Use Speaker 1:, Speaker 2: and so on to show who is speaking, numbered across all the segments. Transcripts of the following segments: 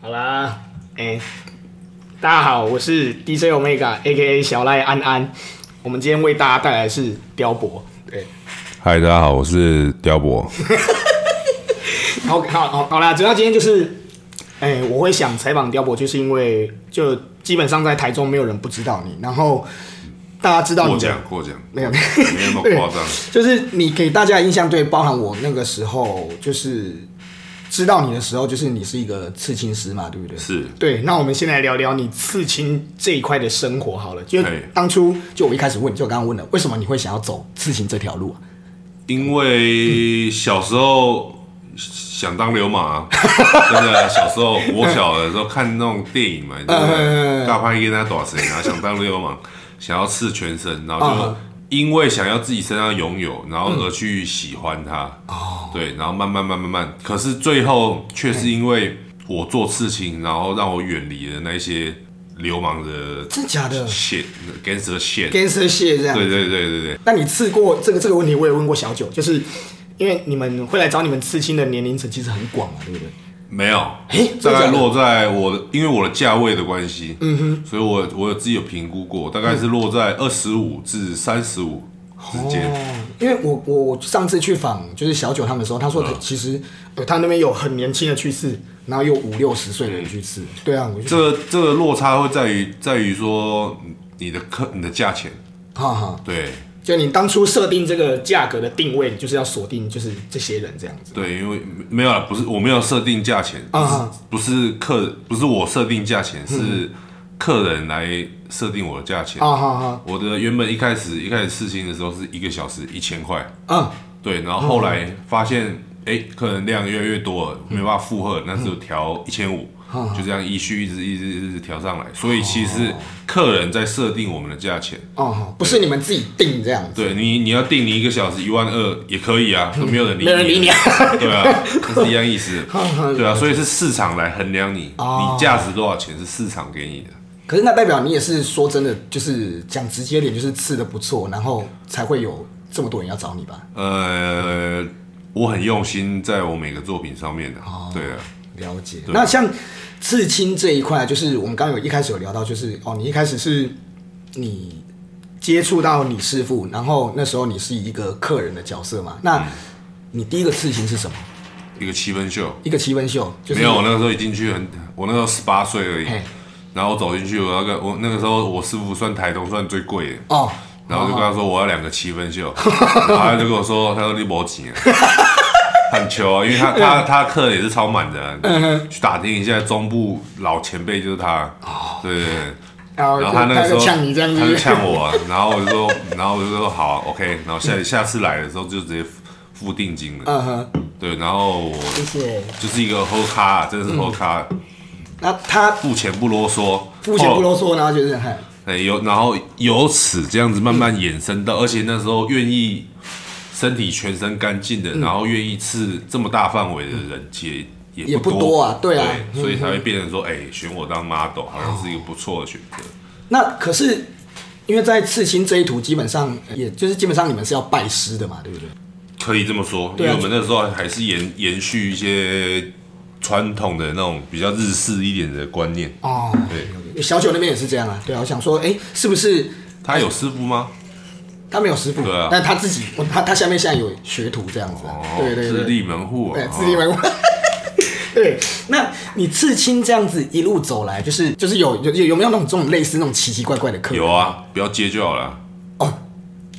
Speaker 1: 好啦，哎、大家好，我是 DJ Omega A.K.A 小赖安安。我们今天为大家带来的是雕博，对，
Speaker 2: 嗨，大家好，我是雕博。
Speaker 1: 好好好好啦，主要今天就是，哎、我会想采访雕博，就是因为就基本上在台中没有人不知道你，然后大家知道
Speaker 2: 过
Speaker 1: 你的
Speaker 2: 奖过奖，
Speaker 1: 没有
Speaker 2: 没那么夸张。
Speaker 1: 就是你给大家的印象，对，包含我那个时候，就是知道你的时候，就是你是一个刺青师嘛，对不对？
Speaker 2: 是
Speaker 1: 对，那我们先来聊聊你刺青这一块的生活好了。就
Speaker 2: 哎
Speaker 1: 当初就我一开始问，就我刚刚问了，为什么你会想要走刺青这条路啊？
Speaker 2: 因为小时候想当 流氓啊，真的。小时候我小的时候看那种电 影嘛，
Speaker 1: 嗯
Speaker 2: 对不对？大潘跟他打谁，然后想当流氓， 想要刺全身，然后就
Speaker 1: 嗯
Speaker 2: 因为想要自己身上拥有，然后而去喜欢它。哦，对，然后慢慢慢慢慢，可是最后却是因为我做刺青，然后让我远离了那些流氓的
Speaker 1: 真假的
Speaker 2: shit gangster shit。
Speaker 1: ？Gangster shit 这样。
Speaker 2: 对对对对对，
Speaker 1: 那你刺过这个这个问题，我也问过小九，就是因为你们会来找你们刺青的年龄层其实很广嘛，对不对？
Speaker 2: 没有
Speaker 1: 诶，
Speaker 2: 大
Speaker 1: 真的假
Speaker 2: 概
Speaker 1: 的
Speaker 2: 落在我因为我的价位的关系，嗯哼，所以我我有自己有评估过，大概是落在二十五至三十五之间。
Speaker 1: 嗯哦，因为我我我上次去访就是小九他们的时候，他说他其实、呃他那边有很年轻的去世，然后有五六十岁的人去世。对啊，我就
Speaker 2: 这个这个落差会在于在于说你的客你的价钱，
Speaker 1: 哈哈，
Speaker 2: 对
Speaker 1: 就你当初设定这个价格的定位，就是要锁定就是这些人这样子。
Speaker 2: 对，因为没有啦不是我没有设定价钱，
Speaker 1: 啊哈
Speaker 2: 不是客不是我设定价
Speaker 1: 嗯
Speaker 2: 钱，是客人来设定我的价钱。
Speaker 1: 啊哈哈，
Speaker 2: 我的原本一开始一开始试新的时候是一个小时一千块，
Speaker 1: 嗯，
Speaker 2: 对，然后后来发现，哎、客人量越来越多了，没办法负荷，那时候调一千五，就这样依序一直一直一直调上来。所以其实是客人在设定我们的价钱，
Speaker 1: 哦，不是你们自己定这样子。
Speaker 2: 对你你要定你一个小时一万二也可以啊，都没有人理
Speaker 1: 没人理你啊
Speaker 2: 对啊，那是一样 意思，对啊，所以是市场来衡量你，
Speaker 1: 哦
Speaker 2: 你价值多少钱是市场给你的。
Speaker 1: 可是那代表你也是说真的，就是讲直接点，就是刺的不错，然后才会有这么多人要找你吧？
Speaker 2: 呃，我很用心在我每个作品上面的，
Speaker 1: 哦
Speaker 2: 对啊。
Speaker 1: 了解。那像刺青这一块，就是我们刚刚有一开始有聊到，就是哦，你一开始是你接触到你师傅，然后那时候你是一个客人的角色嘛？
Speaker 2: 嗯
Speaker 1: 那你第一个刺青是什么？
Speaker 2: 一个七分秀，
Speaker 1: 一个七分袖，就是
Speaker 2: 没有，我那个时候一进去很，我那时候十八岁而已
Speaker 1: 嘿，
Speaker 2: 然后我走进去，我那个我那个时候我师傅算台东算最贵的，
Speaker 1: 哦，
Speaker 2: 然后就跟他说我要两个七 分袖，然后他就跟我说，他说你没钱啊，很穷啊，因为他他他客人也是超满的啊，
Speaker 1: 嗯
Speaker 2: 去打听一下中部老前辈就是他，对对对。
Speaker 1: 然后
Speaker 2: 然后他那个时
Speaker 1: 哦就
Speaker 2: 候，
Speaker 1: 呛你这样
Speaker 2: 他就
Speaker 1: 子，
Speaker 2: 呛我啊，然后我就说，然后我就说好啊，OK，然后下下次来的时候就直接付定金了，
Speaker 1: 嗯哼，
Speaker 2: 对，然后我
Speaker 1: 谢谢。
Speaker 2: 就是一个喝咖啊，真的是喝咖，
Speaker 1: 那他
Speaker 2: 付钱不啰嗦，
Speaker 1: 付钱嗯不
Speaker 2: 嗦。
Speaker 1: 啰嗦，然后就是嗨，
Speaker 2: 哎，由然后由此这样子慢慢衍生到，而且那时候愿意身体全身干
Speaker 1: 嗯
Speaker 2: 净的，然后愿意刺这么大范围的人，其实也
Speaker 1: 也不多啊对啊哦
Speaker 2: 所以才会变成说，哎，选我当 model 好像是一个不错的选择。
Speaker 1: 那可是。因为在刺青这一途，基本上也就是基本上你们是要拜师的嘛，对不对？
Speaker 2: 可以这么说，因
Speaker 1: 对啊
Speaker 2: 为我们那时候还是延延续一些传统的那种比较日式一点的观念。
Speaker 1: 哦，
Speaker 2: 对，
Speaker 1: 小九那边也是这样啊，对啊，我想说，哎、是不是
Speaker 2: 他有师傅吗？
Speaker 1: 他没有师傅，
Speaker 2: 对啊
Speaker 1: 但他自己，我他他下面现在有学徒这样子啊、
Speaker 2: 哦，
Speaker 1: 对对
Speaker 2: 自
Speaker 1: 对，
Speaker 2: 立门户啊
Speaker 1: 对，自立门户。 对，那你刺青这样子一路走来，就是就是有有有有没有那种这种类似那种奇奇怪怪的客人？
Speaker 2: 有啊，不要接就好了。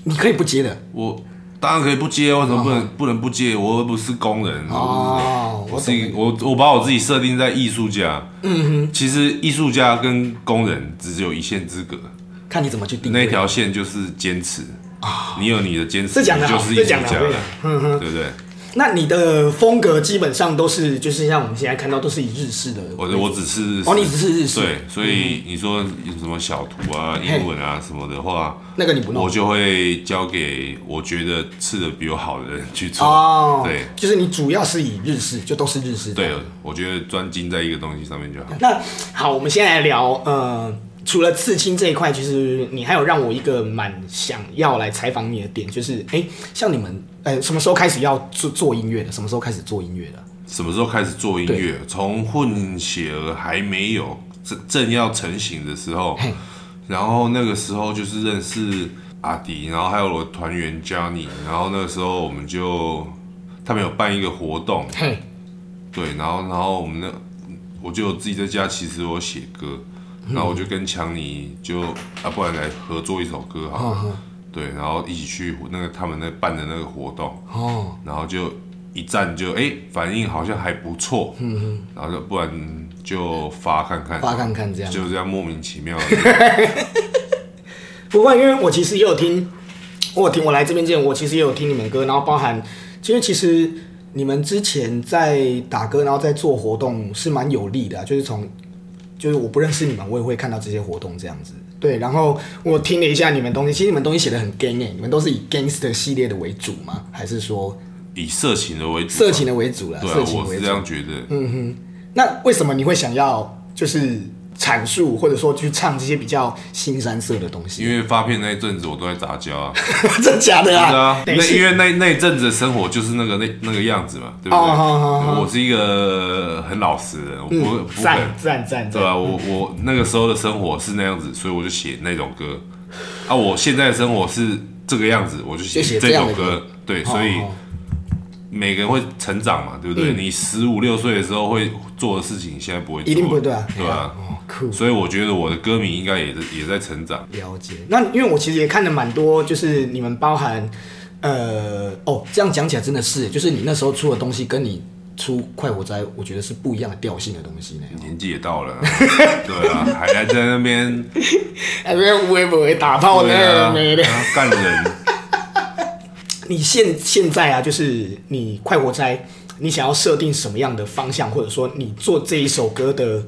Speaker 1: 你可以不接的
Speaker 2: 我当然可以不接，啊为什么不能不能不接？我又不是工人，
Speaker 1: 哦，
Speaker 2: 我
Speaker 1: 我
Speaker 2: 不是
Speaker 1: 懂
Speaker 2: 一个我我把我自己设定在艺术家。嗯哼，其实艺术家跟工人只有一线之隔，
Speaker 1: 看你怎么去定
Speaker 2: 那
Speaker 1: 位。
Speaker 2: 条线就是坚持。你有你的坚持，
Speaker 1: 这
Speaker 2: 你
Speaker 1: 啊讲得好
Speaker 2: 就是艺术家
Speaker 1: 这讲得
Speaker 2: 了
Speaker 1: 好，嗯
Speaker 2: 对不对？
Speaker 1: 那你的风格基本上都是就是像我们现在看到都是以日式的，
Speaker 2: 我的我只是
Speaker 1: 哦你只是日式嗯
Speaker 2: 对，所以你说有什么小图啊、英文啊什么的话，
Speaker 1: 那个你不弄
Speaker 2: 我就会交给我觉得吃的比我好的人去做。
Speaker 1: 哦，
Speaker 2: 对
Speaker 1: 就是你主要是以日式，就都是日式的。
Speaker 2: 对，我觉得专精在一个东西上面就好。
Speaker 1: 那好，我们先来聊，呃，除了刺青这一块，其实你还有让我一个蛮想要来采访你的点，就是，哎、像你们，呃，什么时候开始要做做音乐的？什么时候开始做音乐的？
Speaker 2: 什么时候开始做音乐？从混血儿还没有正正要成型的时候
Speaker 1: 嘿，
Speaker 2: 然后那个时候就是认识阿迪，然后还有我的团员 Johnny，然后那个时候我们就他们有办一个活动，
Speaker 1: 嘿，
Speaker 2: 对，然后然后我们那我就有自己在家，其实我写歌，
Speaker 1: 嗯
Speaker 2: 然后我就跟强尼就啊，不然来合作一首歌好
Speaker 1: 嗯
Speaker 2: 了，对，然后一起去那个他们那办的那个活动，
Speaker 1: 哦，
Speaker 2: 然后就一站就哎、反应好像还不错，嗯然后就不然就发看看，
Speaker 1: 发看看这样。
Speaker 2: 就这样莫名其妙的，
Speaker 1: 不过因为我其实也有听，我有听我来这边之前，我其实也有听你们歌，然后包含，因为其实你们之前在打歌，然后在做活动是蛮有力的啊、就是从。就是我不认识你们，我也会看到这些活动这样子。对，然后我听了一下你们东西，其实你们东西写的很 gang 哎、你们都是以 gangster 系列的为主吗？还是说
Speaker 2: 以色情的为主，
Speaker 1: 色情，的为主啦？
Speaker 2: 对啊
Speaker 1: 色，情
Speaker 2: 我
Speaker 1: 为
Speaker 2: 是
Speaker 1: 主嗯
Speaker 2: 这。样觉得，
Speaker 1: 那为什么你会想要就是阐述或者说去唱这些比较新三色的东
Speaker 2: 因
Speaker 1: 西？
Speaker 2: 为发片那一阵子我都在杂交啊。
Speaker 1: 真假的
Speaker 2: 是
Speaker 1: 啊
Speaker 2: 啊？，
Speaker 1: 等一
Speaker 2: 那
Speaker 1: 下
Speaker 2: 因为那那一阵子的生活就是那个那那个样子嘛，对不对？
Speaker 1: 哦好好好
Speaker 2: 我是一个很老实的人，我不
Speaker 1: 嗯
Speaker 2: 会、不可
Speaker 1: 赞
Speaker 2: 能，
Speaker 1: 赞赞
Speaker 2: 对
Speaker 1: 赞！
Speaker 2: 吧、我我那个时候的生活是那样子，所以我就写那种歌。啊，我现在的生活是这个样子，我就
Speaker 1: 就写
Speaker 2: 写
Speaker 1: 这
Speaker 2: 这
Speaker 1: 样
Speaker 2: 首
Speaker 1: 的歌
Speaker 2: 歌。对，所以
Speaker 1: 哦哦
Speaker 2: 每个人会成长嘛，对不对？你十五六岁的时候会做的事情，现在不会做，
Speaker 1: 一定不对啊，
Speaker 2: 对
Speaker 1: 啊
Speaker 2: 吧、，
Speaker 1: 哦，酷，
Speaker 2: 所以我觉得我的歌迷应该也在也在成长。
Speaker 1: 了解。那因为我其实也看了蛮多，就是你们包含，呃，哦，这样讲起来真的是，就是你那时候出的东西跟你出快活斋，我觉得是不一样的调性的东西呢。
Speaker 2: 年纪也到了，对啊，还还在那边
Speaker 1: 哎，不要微博打炮
Speaker 2: 对啊
Speaker 1: 呢，哦没的。，
Speaker 2: 干人。
Speaker 1: 你现现在啊，就是你快活斋，你想要设定什么样的方向，或者说你做这一首歌的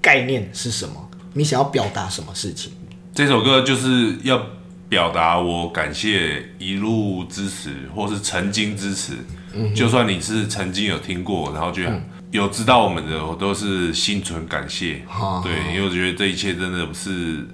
Speaker 1: 概念是什么？你想要表达什么事情？
Speaker 2: 这首歌就是要表达我感谢一路支持，或是曾经支持。就算你是曾经有听过，然后就有知道我们的，我都是心存感谢。
Speaker 1: 好
Speaker 2: 对，因为我觉得这一切真的不是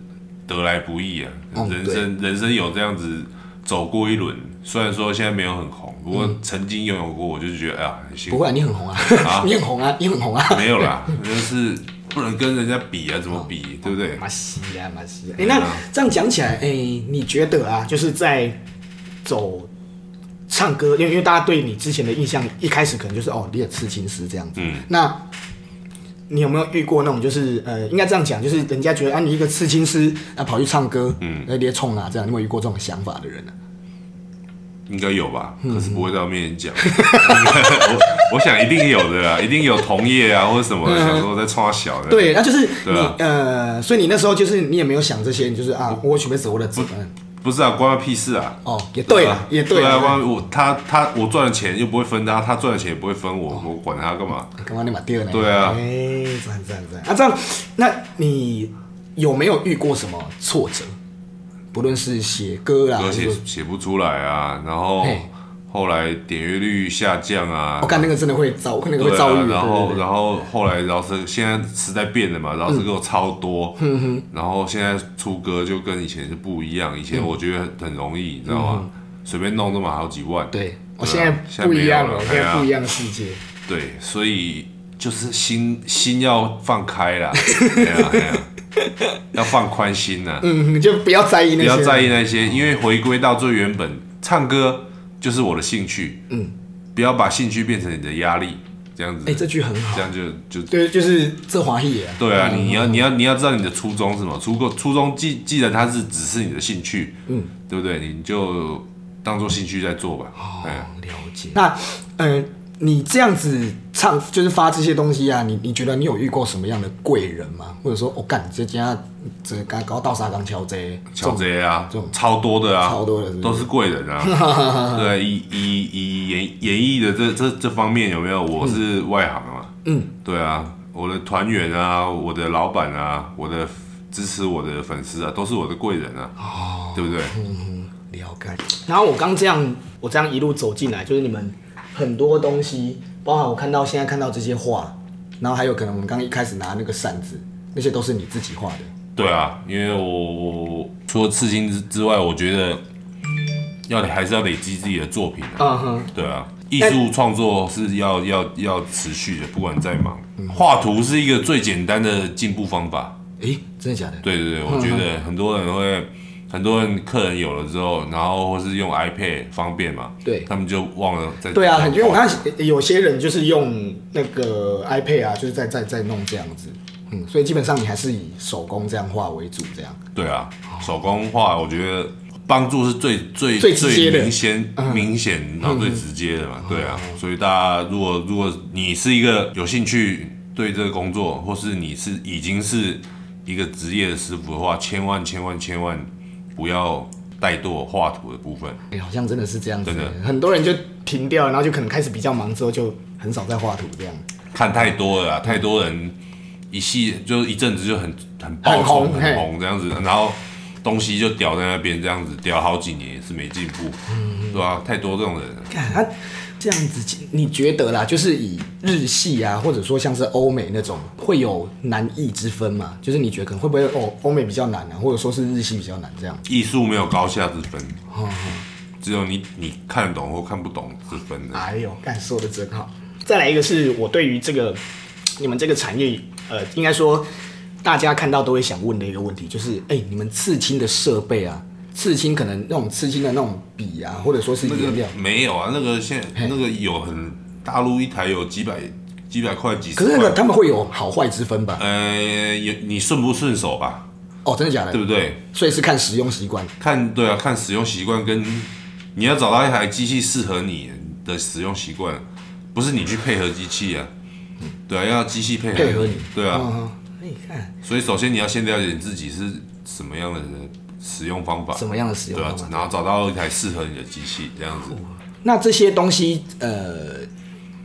Speaker 2: 得来不易啊，
Speaker 1: 嗯
Speaker 2: 人
Speaker 1: 对
Speaker 2: 生人生有这样子走过一轮，虽然说现在没有很红，不过曾经拥有过，我就觉得哎呀，很辛苦
Speaker 1: 不。会、啊，你很红啊， 你很红啊，你很红啊。
Speaker 2: 没有啦， 就是不能跟人家比啊，怎么比，对不对？
Speaker 1: 马西啊，马西啊。哎、那这样讲起来，哎、你觉得啊，就是在走唱歌，因为因为大家对你之前的印象，一开始可能就是哦，你也刺青师这样子。嗯。那你有没有遇过那种，就是呃，应该这样讲，就是人家觉得啊，你一个刺青师啊，跑去唱歌，嗯，那别冲啊，这样，你有没有遇过这种想法的人啊呢、
Speaker 2: 应该有吧，
Speaker 1: 嗯
Speaker 2: 可是不会在我面前讲。 我我想一定有的啦，一定有同业啊或者什么的，想说在冲他小的。，
Speaker 1: 嗯对，那就是你、
Speaker 2: 对啊
Speaker 1: 呃，所以你那时候就是你也没有想这些，你就是啊，我准备走我的责任。
Speaker 2: 不是啊，关他屁事啊。
Speaker 1: 哦，也对
Speaker 2: 啊
Speaker 1: 了，，也对
Speaker 2: 啊，
Speaker 1: 了。
Speaker 2: 关我他他我赚的钱又不会分他，他赚的钱也不会分
Speaker 1: 哦
Speaker 2: 我，我管他干嘛？
Speaker 1: 干嘛你买第二呢？
Speaker 2: 对啊
Speaker 1: 哎、赞赞赞啊！这样，那你有没有遇过什么挫折？不论是写歌啦，
Speaker 2: 歌写
Speaker 1: 还哎是
Speaker 2: 写不出来啊，然后
Speaker 1: 嘿
Speaker 2: 后来点阅率下降啊
Speaker 1: 我，哦看、那个真的会遭，那个
Speaker 2: 对
Speaker 1: 会遭
Speaker 2: 啊，
Speaker 1: 遇的。
Speaker 2: 然后
Speaker 1: 对对
Speaker 2: 然后后来饶舌现在时代变了嘛，饶舌歌超多，
Speaker 1: 嗯
Speaker 2: 然后现在出歌就跟以前是不一样，以
Speaker 1: 嗯
Speaker 2: 前我觉得很很容易，你知道吗？随便弄都买好几万，
Speaker 1: 对，我、
Speaker 2: 对啊
Speaker 1: 现在不一样了，我
Speaker 2: 现在
Speaker 1: 现
Speaker 2: 没有了啊
Speaker 1: 在不一样的世界。
Speaker 2: 对，所以就是心心要放开 啦，对啊对啊，要放宽心呐，
Speaker 1: 嗯，啊就不要在意那
Speaker 2: 不
Speaker 1: 些，
Speaker 2: 要在意那些，因为回归到最原本，唱歌就是我的兴趣，嗯，不要把兴趣变成你的压力，这样
Speaker 1: 哎、
Speaker 2: 子，
Speaker 1: 这句很好
Speaker 2: 这。样就就
Speaker 1: 对，就是这华裔啊。
Speaker 2: 对啊，你要你要你要知道你的初衷是什么。初过初衷既既然它是只是你的兴趣，嗯，对不对？你就当做兴趣在做吧。
Speaker 1: 哦
Speaker 2: 哎，
Speaker 1: 了解。那，呃，你这样子唱，就是发这些东西啊，你你觉得你有遇过什么样的贵人吗？或者说，我、哦、干这家这刚搞到啥刚敲这，
Speaker 2: 乔
Speaker 1: 这
Speaker 2: 贼啊
Speaker 1: 这种，
Speaker 2: 超多的啊，
Speaker 1: 超多的是不是
Speaker 2: 都是贵 人啊。对，以以以演演艺的这这这方面有没有？我是外行嘛，嗯，对啊，我的团员啊，我的老板啊，我的支持我的粉丝啊，都是我的贵人
Speaker 1: 哦
Speaker 2: 啊，对不对？
Speaker 1: 了解。然后我刚这样，我这样一路走进来，就是你们很多东西，包含我看到现在看到这些画，然后还有可能我们刚一开始拿那个扇子，那些都是你自己画的。
Speaker 2: 对啊，因为我我除了刺青之之外，我觉得要还是要累积自己的作品啊，
Speaker 1: 嗯哼，
Speaker 2: 对啊，艺术创作是要要要持续的，不管再忙，画图是一个最简单的进步方法。
Speaker 1: 诶，真的假的？
Speaker 2: 对对
Speaker 1: 嗯
Speaker 2: 对，我觉得很多人会，很多人客人有了之后，然后或是用 iPad 方便嘛，
Speaker 1: 对
Speaker 2: 他们就忘了在
Speaker 1: 对啊，
Speaker 2: 在
Speaker 1: 因为我
Speaker 2: 画
Speaker 1: 看有些人就是用那个 iPad 啊，就是在在在弄这样子，嗯，所以基本上你还是以手工这样画为主，这样。
Speaker 2: 对啊，手工画我觉得帮助是最最
Speaker 1: 最直接的嗯
Speaker 2: 明显、明显，然后最直接的嘛。对啊，所以大家如果如果你是一个有兴趣对这个工作，或是你是已经是一个职业的师傅的话，千万千万千万不要怠惰画图的部分。
Speaker 1: 哎、好像真的是这样子
Speaker 2: 真的，
Speaker 1: 很多人就停掉了，然后就可能开始比较忙，之后就很少再画图这样。
Speaker 2: 看太多了啦，啊太多人一系就一阵子就很很爆
Speaker 1: 很红
Speaker 2: 冲
Speaker 1: 嘿
Speaker 2: 很红这样子，然后东西就屌在那边这样子，屌好几年也是没进步，
Speaker 1: 嗯
Speaker 2: 对啊，太多这种人了。
Speaker 1: 看他这样子，你觉得啦，就是以日系啊，或者说像是欧美那种，会有难易之分吗？就是你觉得可能会不会哦，欧美比较难啊，或者说是日系比较难这样？
Speaker 2: 艺术没有高下之分，只有你你看得懂或看不懂之分的。
Speaker 1: 哎呦，干说的真好。再来一个是我对于这个你们这个产业，呃，应该说大家看到都会想问的一个问题，就是哎、你们刺青的设备啊，刺青可能那种刺青的那种笔啊，或者说是
Speaker 2: 那
Speaker 1: 颜料
Speaker 2: 个，没有啊，那个现
Speaker 1: 嘿
Speaker 2: 那个有很大陆一台有几百几百块几十
Speaker 1: 可是那个
Speaker 2: 块，
Speaker 1: 他们会有好坏之分吧？
Speaker 2: 呃，有你顺不顺手吧，
Speaker 1: 哦，真的假的
Speaker 2: 对？不对？
Speaker 1: 所以是看使用习惯。
Speaker 2: 看对啊，看使用习惯跟你要找到一台机器适合你的使用习惯，不是你去配合机器啊，对啊，要机器配合
Speaker 1: 嗯配合你
Speaker 2: 对啊，
Speaker 1: 嗯，你看
Speaker 2: 所以首先你要先了解你自己是什么样的使用方法，
Speaker 1: 什么样的使用
Speaker 2: 对啊
Speaker 1: 方，法？嗯
Speaker 2: 然后找到一台适合你的机器，这样子。
Speaker 1: 那这些东西呃，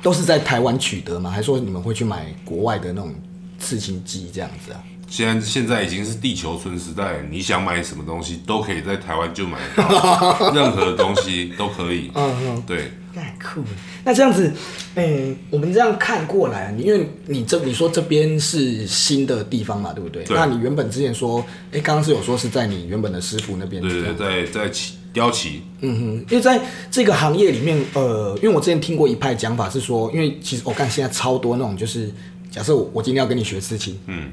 Speaker 1: 都是在台湾取得吗？还是说你们会去买国外的那种刺青机这样子啊？
Speaker 2: 现在现在已经是地球村时代，你想买什么东西都可以在台湾就买得 到，任何东西都可以。嗯嗯，对，
Speaker 1: 太酷了！那这样子，哎、我们这样看过来，啊你因为你这你说这边是新的地方嘛，对不对？
Speaker 2: 对
Speaker 1: 那你原本之前说，哎、刚刚是有说是在你原本的师傅那边，
Speaker 2: 对对，对，在在起雕旗，
Speaker 1: 嗯，因为在这个行业里面，呃，因为我之前听过一派讲法是说，因为其实我看、现在超多那种，就是假设我我今天要跟你学刺青，嗯，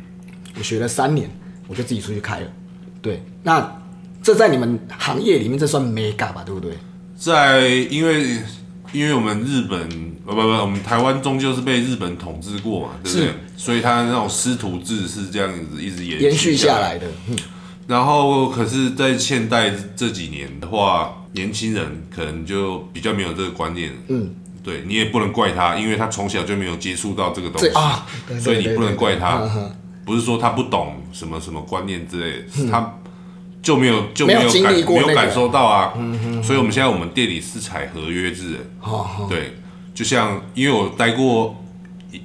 Speaker 1: 我学了三年，我就自己出去开了，对，那这在你们行业里面这算 mega 吧，对不对？
Speaker 2: 在因为因为我们日本呃不不不，我们台湾终究是被日本统治过嘛，对不对
Speaker 1: 是？
Speaker 2: 所以他那种师徒制是这样子一直延
Speaker 1: 延续
Speaker 2: 下
Speaker 1: 下。来的，嗯，
Speaker 2: 然后可是，在现代这几年的话，年轻人可能就比较没有这个观念。嗯，对你也不能怪他，因为他从小就没有接触到这个东西
Speaker 1: 这啊，对
Speaker 2: 所以你
Speaker 1: 对对
Speaker 2: 不能
Speaker 1: 对
Speaker 2: 怪他
Speaker 1: 嗯哼
Speaker 2: 不是说他不懂什么什么观念之类的，是他就没有就
Speaker 1: 嗯没有
Speaker 2: 有
Speaker 1: 经
Speaker 2: 感
Speaker 1: 历过
Speaker 2: 没有
Speaker 1: 那个嗯
Speaker 2: 感受到啊。所以我们现在我们店里是采合约制的，
Speaker 1: 哦哦
Speaker 2: 对，就像因为我待过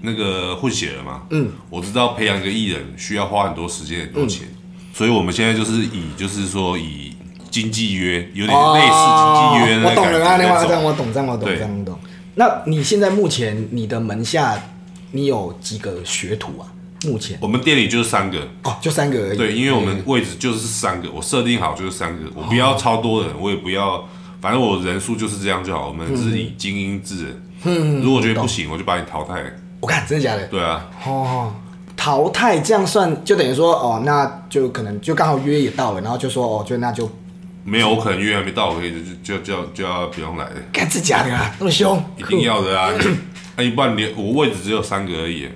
Speaker 2: 那个混血儿嘛，嗯，我知道培养一个艺人需要花很多时间很多钱，
Speaker 1: 嗯
Speaker 2: 所以我们现在就是以就是说以经纪约有点类似经纪约
Speaker 1: 哦我
Speaker 2: 那
Speaker 1: 懂
Speaker 2: 种
Speaker 1: 了啊，
Speaker 2: 感
Speaker 1: 那
Speaker 2: 觉
Speaker 1: 话这
Speaker 2: 那
Speaker 1: 样
Speaker 2: 种。
Speaker 1: 我懂，这样我懂，
Speaker 2: 对
Speaker 1: 这样我懂。那你现在目前你的门下，你有几个学徒啊？目前
Speaker 2: 我们店里就是三个，
Speaker 1: 哦，就三个而已。
Speaker 2: 对，因为我们位置就是三个，我设定好就是三个，我不
Speaker 1: 哦
Speaker 2: 要超多人，我也不要，反正我人数就是这样就好。我们是以精英制，
Speaker 1: 嗯
Speaker 2: 如果觉得不行，我就把你淘汰。
Speaker 1: 我看真的假的？
Speaker 2: 对啊，
Speaker 1: 哦，淘汰这样算，就等于说哦，那就可能就刚好约也到了，然后就说哦，就那就
Speaker 2: 没有我可能约还没到，我可以就就就就要不用来了，
Speaker 1: 干真假的啊，那么凶，
Speaker 2: 一定要 的啊！那一半你我位置只有三个而已，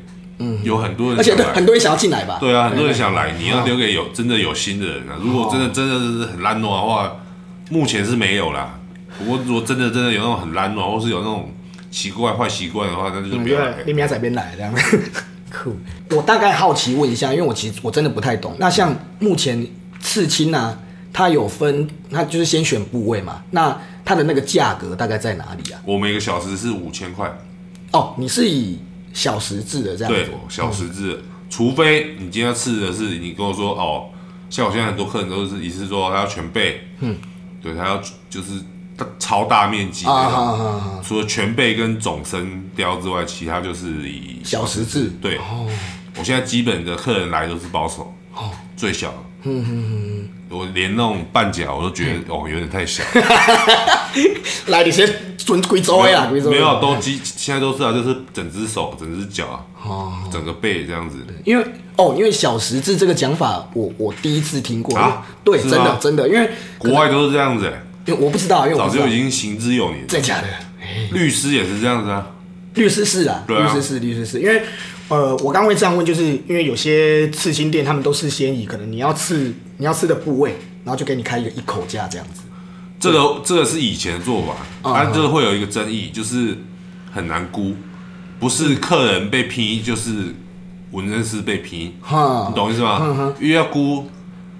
Speaker 2: 有很多
Speaker 1: 酷，
Speaker 2: 人，
Speaker 1: 嗯而且对
Speaker 2: 来。
Speaker 1: 很多哦人想要进来吧？
Speaker 2: 对啊，很多人想来，你要留给有真的有心的人啊。
Speaker 1: 哦
Speaker 2: 如果真的真的是很烂诺的话，目前是没有啦。不过如果真的真的有那种很烂诺，或是有那种奇怪坏习惯的话，那就
Speaker 1: 嗯
Speaker 2: 不
Speaker 1: 就
Speaker 2: 要
Speaker 1: 是
Speaker 2: 来。
Speaker 1: 你明仔边来这样。酷， 我大概好奇问一下，因为我其实我真的不太懂。那像目前刺青啊，它有分，它就是先选部位嘛。那它的那个价格大概在哪里啊？
Speaker 2: 我每个小时是五千块，
Speaker 1: 哦，你是以小时制的这样
Speaker 2: 对
Speaker 1: 子，
Speaker 2: 小时制。除非你今天要吃的是，你跟我说哦，像我现在很多客人都是一次说他要全背，嗯，对他要就是大超大面积的
Speaker 1: 啊啊啊啊啊！
Speaker 2: 除了全背跟总身雕之外，其他就是以
Speaker 1: 小时制
Speaker 2: 对，哦我现在基本的客人来都是保守，最小。嗯我连那种半甲我都觉得哦有点太 小，
Speaker 1: 来，你先准贵州呀，贵州
Speaker 2: 没有都基现在都是啊，就是整只手、整只脚啊、
Speaker 1: 哦，
Speaker 2: 整个背这样子。
Speaker 1: 因为哦，因为小十字这个讲法，我我第一次听过，
Speaker 2: 啊
Speaker 1: 因为对，
Speaker 2: 是
Speaker 1: 真的
Speaker 2: 吗
Speaker 1: 真的，因为
Speaker 2: 国外都是这样子、欸，
Speaker 1: 因为我不知道，因为我
Speaker 2: 早
Speaker 1: 不知道
Speaker 2: 就已经行之有年。
Speaker 1: 真假的，
Speaker 2: 律师也是这样子啊，
Speaker 1: 律师是啊，
Speaker 2: 对啊
Speaker 1: 律师是律师是，因为呃，我刚会这样问，就是因为有些刺青店他们都是先以可能你要刺你要刺的部位，然后就给你开一个一口价这样子。
Speaker 2: 这个这个是以前的做法，
Speaker 1: 啊
Speaker 2: 它这个会有一个争议，就是很难估，不是客人被批，就是纹身师被批，
Speaker 1: 哈
Speaker 2: 你，懂意思吗？因为要估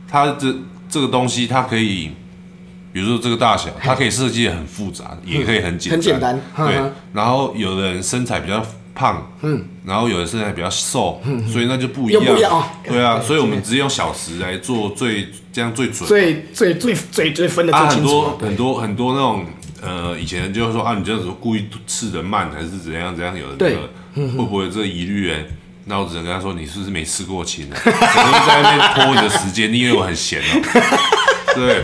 Speaker 2: 它这这个东西，它可以，比如说这个大小，它可以设计的很复杂，也可以很简单，
Speaker 1: 很简单哼
Speaker 2: 对
Speaker 1: 哼，
Speaker 2: 然后有的人身材比较胖，嗯，然后有的身材比较瘦，所以那就不
Speaker 1: 嗯
Speaker 2: 一
Speaker 1: 又不一样哦
Speaker 2: 样，对啊，所以我们只用小时来做最这样最准。
Speaker 1: 最最最最最分的最
Speaker 2: 啊，很
Speaker 1: 清楚嘛
Speaker 2: 多。很多很多那种呃，以前人就会说啊，你这样子故意刺的慢还是怎样怎样，有 人
Speaker 1: 对嗯
Speaker 2: 这个会不会有这个疑虑哎？那我只能跟他说，你是不是没吃过青啊？ 整天在那边拖你的时间，你以为我很闲哦？ 对，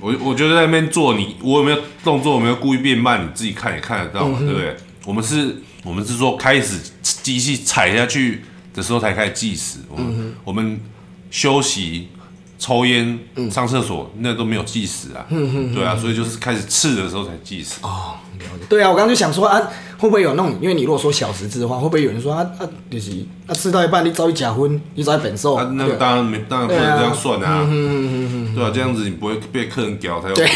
Speaker 2: 我我就在那边做你，我有没有动作？有没有故意变慢？你自己看也看得到嘛，对不对？我们是，我们是说开始机器踩下去的时候才开始计时，我们、我们休息、抽烟、上厕所那都没有计时啊，对啊，所以就是开始刺的时候才计时。
Speaker 1: 哦，了解。对啊，我刚刚就想说啊，会不会有那种，因为你如果说小十字的话，会不会有人说啊啊，就是啊吃到一半你早一假婚，你早一本寿，
Speaker 2: 啊，那
Speaker 1: 对
Speaker 2: 当然没，当然不
Speaker 1: 对啊
Speaker 2: 能这样算啊，对啊，这样子你不会被客人屌才有
Speaker 1: 对。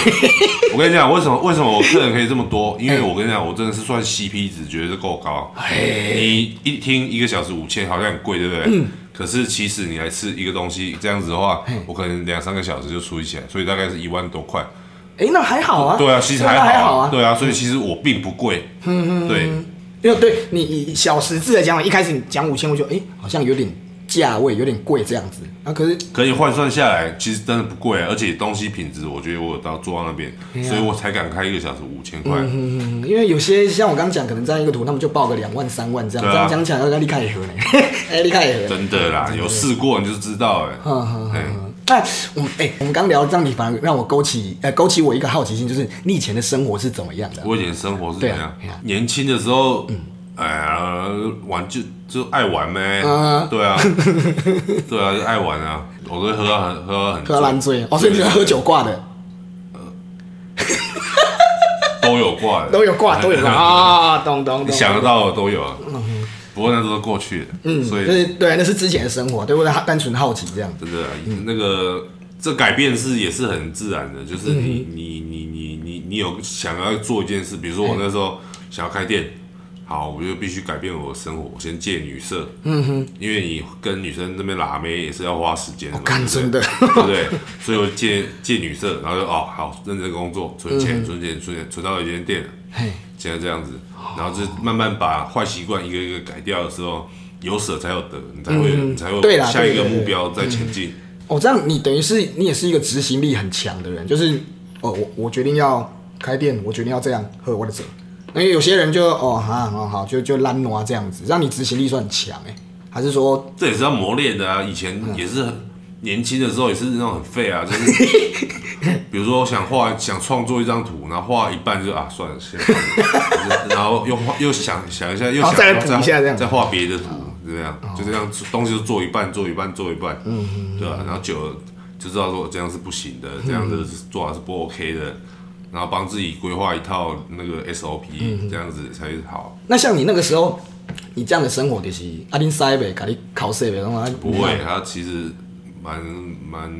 Speaker 2: 我跟你讲，为什么为什么我客人可以这么多？因为我跟你讲，我真的是算 CP 值，绝对是够高。你一听一个小时五千，好像很贵，对不对？可是其实你来吃一个东西，这样子的话，我可能两三个小时就处理起来，所以大概是一万多块。
Speaker 1: 哎，那还好啊。
Speaker 2: 对啊，其实
Speaker 1: 那
Speaker 2: 还
Speaker 1: 还
Speaker 2: 好
Speaker 1: 啊。
Speaker 2: 对啊，所以其实我并不贵。对，
Speaker 1: 因为对你以小十字来讲，一开始你讲五千，我就哎好像有点价位有点贵这样子。啊，可是
Speaker 2: 可以换算下来，其实真的不贵、啊而且东西品质，我觉得我有到做到那边，所以我才敢开一个小时五千块。
Speaker 1: 啊嗯，因为有些像我刚刚讲，可能这样一个图，他们就报个两万三万这样，
Speaker 2: 对啊
Speaker 1: 这样讲起来要立开也 合呢，哎，立开也合。
Speaker 2: 真的啦，有试过你就知道哎、
Speaker 1: 嗯嗯
Speaker 2: 哎
Speaker 1: 嗯那我们哎、我们刚聊这样，你反而让我勾起呃勾起我一个好奇心，就是你以前的生活是怎么样的？
Speaker 2: 我以前生活是怎
Speaker 1: 对啊
Speaker 2: 样
Speaker 1: 对啊？嗯
Speaker 2: 年轻的时候，哎呀，玩就就爱玩呗
Speaker 1: 嗯，
Speaker 2: 对啊，对啊，就爱玩啊，我都会喝到很喝到很
Speaker 1: 喝烂醉哦，所以你是喝酒挂的，
Speaker 2: 都有挂的，
Speaker 1: 都有挂，都有挂啊，懂懂
Speaker 2: 你
Speaker 1: 懂。
Speaker 2: 想得到的都有啊。不过那都是过去的，
Speaker 1: 嗯，
Speaker 2: 所以
Speaker 1: 就是对，那是之前的生活，对不对？单纯好奇这样。
Speaker 2: 真的啊，那个这改变是也是很自然的，就是
Speaker 1: 嗯
Speaker 2: 你你你你你你有想要做一件事，比如说我那时候想要开店，好，我就必须改变我的生活，我先戒女色，嗯哼，因为你跟女生那边拉妹也是要花时间的嘛，
Speaker 1: 哦干
Speaker 2: 对不对
Speaker 1: 真的
Speaker 2: 对不 对？所以我戒戒女色，然后就哦好认真工作，
Speaker 1: 嗯
Speaker 2: 存钱存钱存钱存到有一间店了，
Speaker 1: 嘿，
Speaker 2: 现在这样子，然后就慢慢把坏习惯一个一个改掉的时候，有舍才有得，你才会、你才会
Speaker 1: 嗯对啦
Speaker 2: 下一个
Speaker 1: 对对对
Speaker 2: 目标再前进。
Speaker 1: 哦，这样你等于是你也是一个执行力很强的人，就是哦，我我决定要开店，我决定要这样喝我的酒。因为有些人就哦哈哦好就就懒挪啊这样子，让你执行力算很强哎，还是说
Speaker 2: 这也是要磨练的啊。以前
Speaker 1: 嗯
Speaker 2: 也是很年轻的时候，也是那种很废啊，就是 比如说想画想创作一张图，然后画一半就啊算了，先放着然后又画又想想一下，又
Speaker 1: 然后
Speaker 2: 想
Speaker 1: 再来补一下这样哦
Speaker 2: 再画别的图，就这样就这样东西就做一半，做一半，做一半，嗯，对啊，然后久了就知道说这样是不行的，
Speaker 1: 嗯
Speaker 2: 这样子是做法是不 OK 的。然后帮自己规划一套那个 SOP，、这
Speaker 1: 嗯
Speaker 2: 样子才好。
Speaker 1: 那像你那个时候，你这样的生活就是啊阿丁塞呗，咖喱考试呗，然后
Speaker 2: 不会，他其实蛮蛮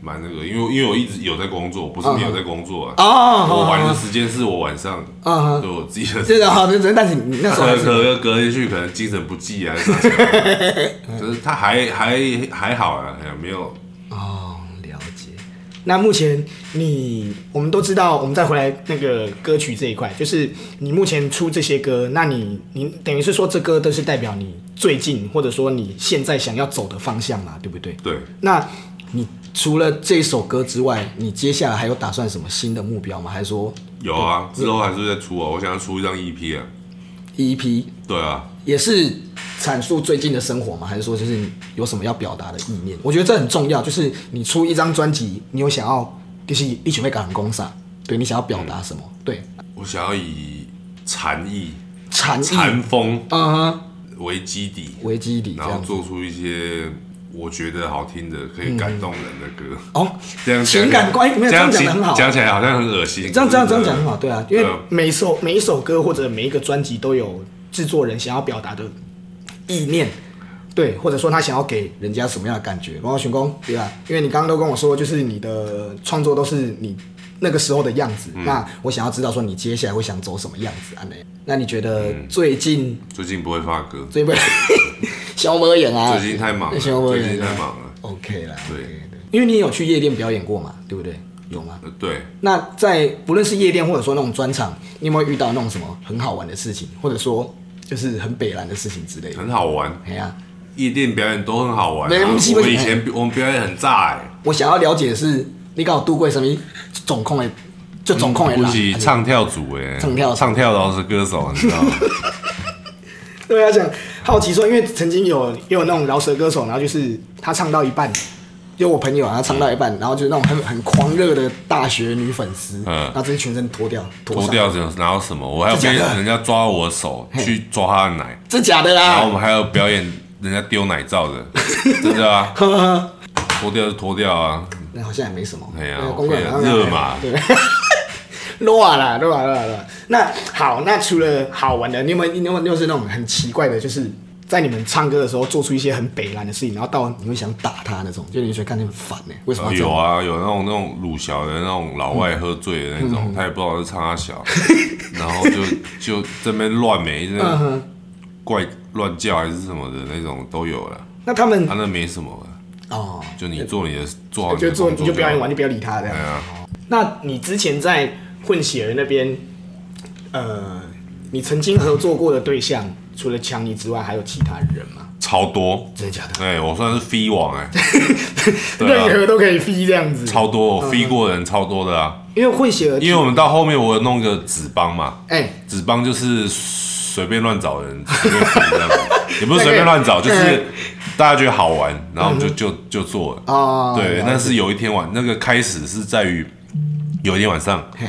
Speaker 2: 蛮那个，因为因为我一直有在工作，不
Speaker 1: 嗯
Speaker 2: 是没有在工作啊。
Speaker 1: 哦，
Speaker 2: 我玩的时间是我晚上，
Speaker 1: 嗯
Speaker 2: 对我自己的。
Speaker 1: 这个好，但但是你那时候还
Speaker 2: 可
Speaker 1: 是
Speaker 2: 可 隔天去可能精神不济啊，啥啥
Speaker 1: 嗯
Speaker 2: 的就是他还还还好啊，哎呀没有
Speaker 1: 哦，了解。那目前你我们都知道，我们再回来那个歌曲这一块，就是你目前出这些歌，那你你等于是说这歌都是代表你最近或者说你现在想要走的方向嘛，对不对？
Speaker 2: 对。
Speaker 1: 那你除了这首歌之外，你接下来还有打算什么新的目标吗？还是说
Speaker 2: 有啊，
Speaker 1: 嗯
Speaker 2: E
Speaker 1: ，E
Speaker 2: 之后还是在出啊，我想要出一张 EP 啊，
Speaker 1: EP
Speaker 2: 对啊，
Speaker 1: 也是阐述最近的生活吗？还是说就是你有什么要表达的意念？我觉得这很重要，就是你出一张专辑，你有想要就是一曲被感攻上，对你想要表达什么？
Speaker 2: 嗯
Speaker 1: 对，
Speaker 2: 我想要以禅意、
Speaker 1: 禅意，
Speaker 2: 禅风
Speaker 1: 嗯哼，
Speaker 2: 为基底，
Speaker 1: 为基底这
Speaker 2: 然后
Speaker 1: 样子。
Speaker 2: 做出一些我觉得好听的、可
Speaker 1: 嗯
Speaker 2: 以感动人的歌。
Speaker 1: 哦，
Speaker 2: 这样
Speaker 1: 情感关没有
Speaker 2: 这
Speaker 1: 这样
Speaker 2: 样
Speaker 1: 讲得很好啊
Speaker 2: 起讲起来好像很恶心。
Speaker 1: 这样这样这
Speaker 2: 可是
Speaker 1: 样讲很好，对啊，因为
Speaker 2: 嗯
Speaker 1: 每一首每一首歌或者每一个专辑都有制作人想要表达的意念，对，或者说他想要给人家什么样的感觉。然后寻工，对吧？因为你刚刚都跟我说，就是你的创作都是你那个时候的样子，
Speaker 2: 嗯
Speaker 1: 那我想要知道说你接下来会想走什么样子啊？那那你觉得最近
Speaker 2: 最近不会发歌，
Speaker 1: 这边 小魔眼啊，
Speaker 2: 最近太忙了，
Speaker 1: 小魔
Speaker 2: 最
Speaker 1: 眼
Speaker 2: 近太
Speaker 1: 啊
Speaker 2: 忙了。
Speaker 1: ，OK 啦，
Speaker 2: 对
Speaker 1: OK 的，因为你有去夜店表演过嘛，对不对？有吗？
Speaker 2: 呃对，
Speaker 1: 那在不论是夜店或者说那种专场，你有没有遇到那种什么很好玩的事情，或者说就是很北蓝的事情之类的？
Speaker 2: 很好玩，
Speaker 1: 哎呀、
Speaker 2: 夜店表演都很好玩啊。
Speaker 1: 没东西
Speaker 2: 我
Speaker 1: 不行
Speaker 2: 以前我们表演很炸哎，
Speaker 1: 我想要了解的是你搞度过什么总控的，就总控的
Speaker 2: 不
Speaker 1: 啦。
Speaker 2: 是唱跳组哎，
Speaker 1: 唱跳
Speaker 2: 唱跳都是歌手，你知 道吗？
Speaker 1: 对啊，讲好奇说，因为曾经有也有那种饶舌歌手，然后就是他唱到一半，就我朋友啊，他唱到一半，然后就是那种很很狂热的大学女粉丝，
Speaker 2: 嗯
Speaker 1: 然后直接全身脱掉，脱
Speaker 2: 脱
Speaker 1: 上，
Speaker 2: 掉然后然后什么，我还要被
Speaker 1: 真假的啊
Speaker 2: 人家抓我手去抓他的奶，
Speaker 1: 真假的
Speaker 2: 然后我
Speaker 1: 啦？
Speaker 2: 们还要表演人家丢奶 罩的，真的啊，脱掉就脱掉啊，
Speaker 1: 那好像也没什么，
Speaker 2: 哎呀
Speaker 1: 那个公关好像还好
Speaker 2: 热嘛
Speaker 1: 对，乱啦，乱啦，乱啦。啊那好，那除了好玩的，你有没有，你有没有就是那种很奇怪的，就是在你们唱歌的时候做出一些很北蓝的事情，然后到你会想打他那种，就你觉得看见很烦呢、为什么要这样
Speaker 2: 有啊，有那种那种鲁小的那种老外喝醉的那种，
Speaker 1: 嗯
Speaker 2: 他也不知道是唱他小，然后就就这边乱美，
Speaker 1: 嗯
Speaker 2: 一直
Speaker 1: 哼，
Speaker 2: 怪乱叫还是什么的那种都有了，
Speaker 1: 那他们
Speaker 2: 他、那没什么了，
Speaker 1: 哦，
Speaker 2: 就你做你的，做好
Speaker 1: 就
Speaker 2: 你的
Speaker 1: 做
Speaker 2: 工
Speaker 1: 你
Speaker 2: 作
Speaker 1: 就
Speaker 2: 就
Speaker 1: 不要
Speaker 2: 好
Speaker 1: 玩，你不要理他这样哦
Speaker 2: 哎。呀，
Speaker 1: 那你之前在混血儿那边，呃，你曾经合作过的对象，除了强尼之外，还有其他人吗？
Speaker 2: 超多，
Speaker 1: 真的假的？
Speaker 2: 哎、我算是飞王哎、对啊
Speaker 1: 任何都可以飞这样子，
Speaker 2: 超多，我
Speaker 1: 嗯
Speaker 2: 飞过的人超多的啊，
Speaker 1: 因为混血儿，
Speaker 2: 因为我们到后面我有弄个纸帮嘛，
Speaker 1: 哎、
Speaker 2: 纸帮就是随便乱找人，随便扶 这样子也不是随便乱找，就是大家觉得好玩，然后我们就就就做了。
Speaker 1: 嗯哦，
Speaker 2: 对，
Speaker 1: 了解
Speaker 2: 但是有一天晚，那个开始是在于有一天晚上，
Speaker 1: 嘿，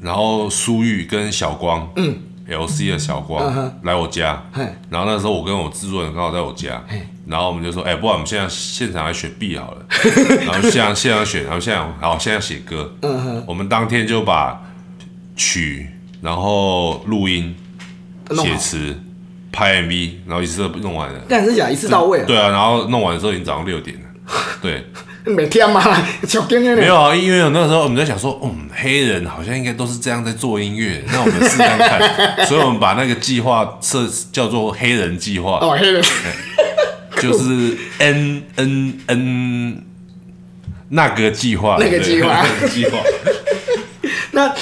Speaker 2: 然后苏玉跟小光，嗯，LC 的小光、
Speaker 1: 嗯哼
Speaker 2: 来我家，
Speaker 1: 嘿
Speaker 2: 然后那时候我跟我制作人刚好在我家
Speaker 1: 嘿，
Speaker 2: 然后我们就说，哎、不然我们现在现场来选 B 好 了，然后现场现场选，然后现场好现在写歌，嗯哼，我们当天就把曲，然后录音、
Speaker 1: 弄
Speaker 2: 写
Speaker 1: 好，
Speaker 2: 词、拍 MV，然后一次都弄完了，
Speaker 1: 但是讲一次到位啊，
Speaker 2: 对啊，然后弄完的时候已经早上六点了，对。
Speaker 1: 每天嘛， 小丁
Speaker 2: 没
Speaker 1: 有，
Speaker 2: 有啊，因为我那时候我们在想说，嗯，黑人好像应该都是这样在做音乐，那我们试 看看，所以我们把那个计划设叫做黑人计划，
Speaker 1: 哦，黑人，
Speaker 2: 就是 N N N 那个计划，
Speaker 1: 那个计划
Speaker 2: 对那个计划，
Speaker 1: 那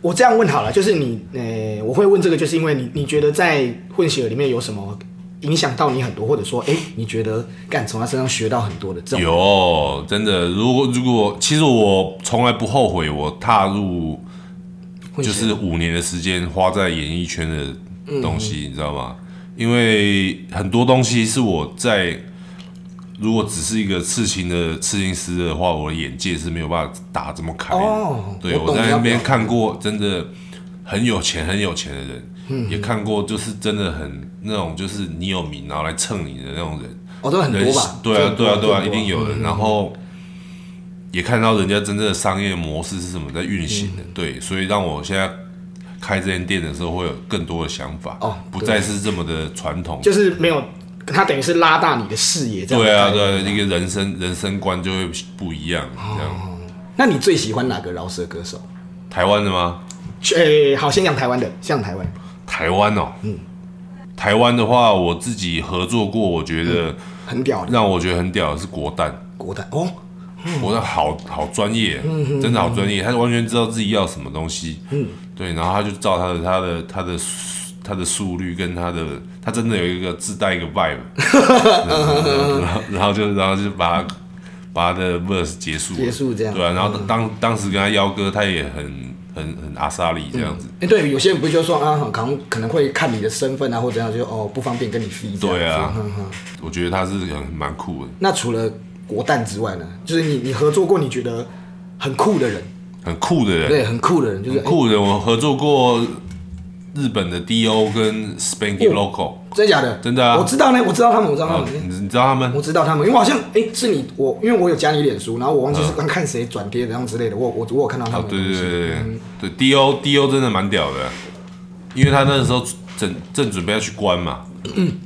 Speaker 1: 我这样问好了，就是你，呃，我会问这个，就是因为你，你觉得在混血儿里面有什么影响到你很多，或者说，哎、你觉得干从他身上学到很多的这种，
Speaker 2: 有真的，如果如果其实我从来不后悔我踏入
Speaker 1: 混血
Speaker 2: 就
Speaker 1: 儿
Speaker 2: 是五年的时间花在演艺圈的东
Speaker 1: 嗯
Speaker 2: 西，你知道吗？因为很多东西是我在如果只是一个刺青的刺青师的话，我的眼界是没有办法打这么开的。
Speaker 1: 哦
Speaker 2: 对，
Speaker 1: 我
Speaker 2: 我
Speaker 1: 懂
Speaker 2: 在那
Speaker 1: 你要
Speaker 2: 边
Speaker 1: 表达
Speaker 2: 看过，真的很有钱、很有钱的人，
Speaker 1: 嗯
Speaker 2: 也看过就是真的很那种就是你有名然后来蹭你的那种人。
Speaker 1: 哦，都很
Speaker 2: 人
Speaker 1: 多嗯吧？
Speaker 2: 对啊，对啊，对啊，一定
Speaker 1: 有。
Speaker 2: 有的。然后也看到人家真正的商业模式是什么在运行的，
Speaker 1: 嗯
Speaker 2: 对，所以让我现在开这间店的时候会有更多的想法，
Speaker 1: 哦
Speaker 2: 不
Speaker 1: 对
Speaker 2: 再是这么的传统。
Speaker 1: 就是没有，他等于是拉大你的视野，这样。哎
Speaker 2: 对啊，。对啊，一个人生人生观就会不一样。
Speaker 1: 哦
Speaker 2: 这样，
Speaker 1: 那你最喜欢哪个饶舌歌手？
Speaker 2: 台湾的吗？
Speaker 1: 去诶，好，先讲台湾的，先讲台湾。
Speaker 2: 台湾哦，
Speaker 1: 嗯
Speaker 2: 台湾的话，我自己合作过，我觉得
Speaker 1: 很屌的
Speaker 2: 让我觉得很屌的是国蛋。
Speaker 1: 国蛋哦，
Speaker 2: 我的好好专业，
Speaker 1: 嗯
Speaker 2: 真的好专业，他完全知道自己要什么东西，对，然后他就照他的他的他的他的速率跟他的，他真的有一个自带一个 vibe，然后 然后就然后就把他把他的 verse 结束了，
Speaker 1: 结束这样嗯
Speaker 2: 对啊，然后当当时跟他邀歌，他也很很很阿莎里这样子。
Speaker 1: 哎，对，有些人不就说啊，可能可能会看你的身份啊，或者怎样，就哦不方便跟你 f
Speaker 2: 对啊，
Speaker 1: 嗯
Speaker 2: 我觉得他是很蛮酷的，
Speaker 1: 那除了国蛋之外呢，就是你你合作过你觉得很酷的人，
Speaker 2: 很酷的人。
Speaker 1: 对，很酷的人，就是、哎
Speaker 2: 酷的，我合作过日本的 D.O 跟 Spanky
Speaker 1: 哦
Speaker 2: Local，
Speaker 1: 真假的，
Speaker 2: 真的啊
Speaker 1: 我知道呢，我知道他们，我知道他
Speaker 2: 啊
Speaker 1: 们。，
Speaker 2: 你你知道他们
Speaker 1: 我知道他们，因为我好像哎、是你我，因为我有加你脸书，然后我忘记是刚看谁转贴的，然后之类的，我我我有看到他
Speaker 2: 啊，
Speaker 1: 们的
Speaker 2: 嗯对
Speaker 1: 东西。
Speaker 2: 对对对对，D.O. D.O. 真的蛮屌的，因为他那时候正正准备要去关嘛，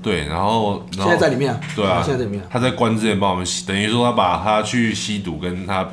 Speaker 2: 对，然后然
Speaker 1: 嗯现
Speaker 2: 后
Speaker 1: 在在里面啊
Speaker 2: 对啊，
Speaker 1: 现在在里面啊
Speaker 2: 他在关之前帮我们吸，等于说他把他去吸毒跟他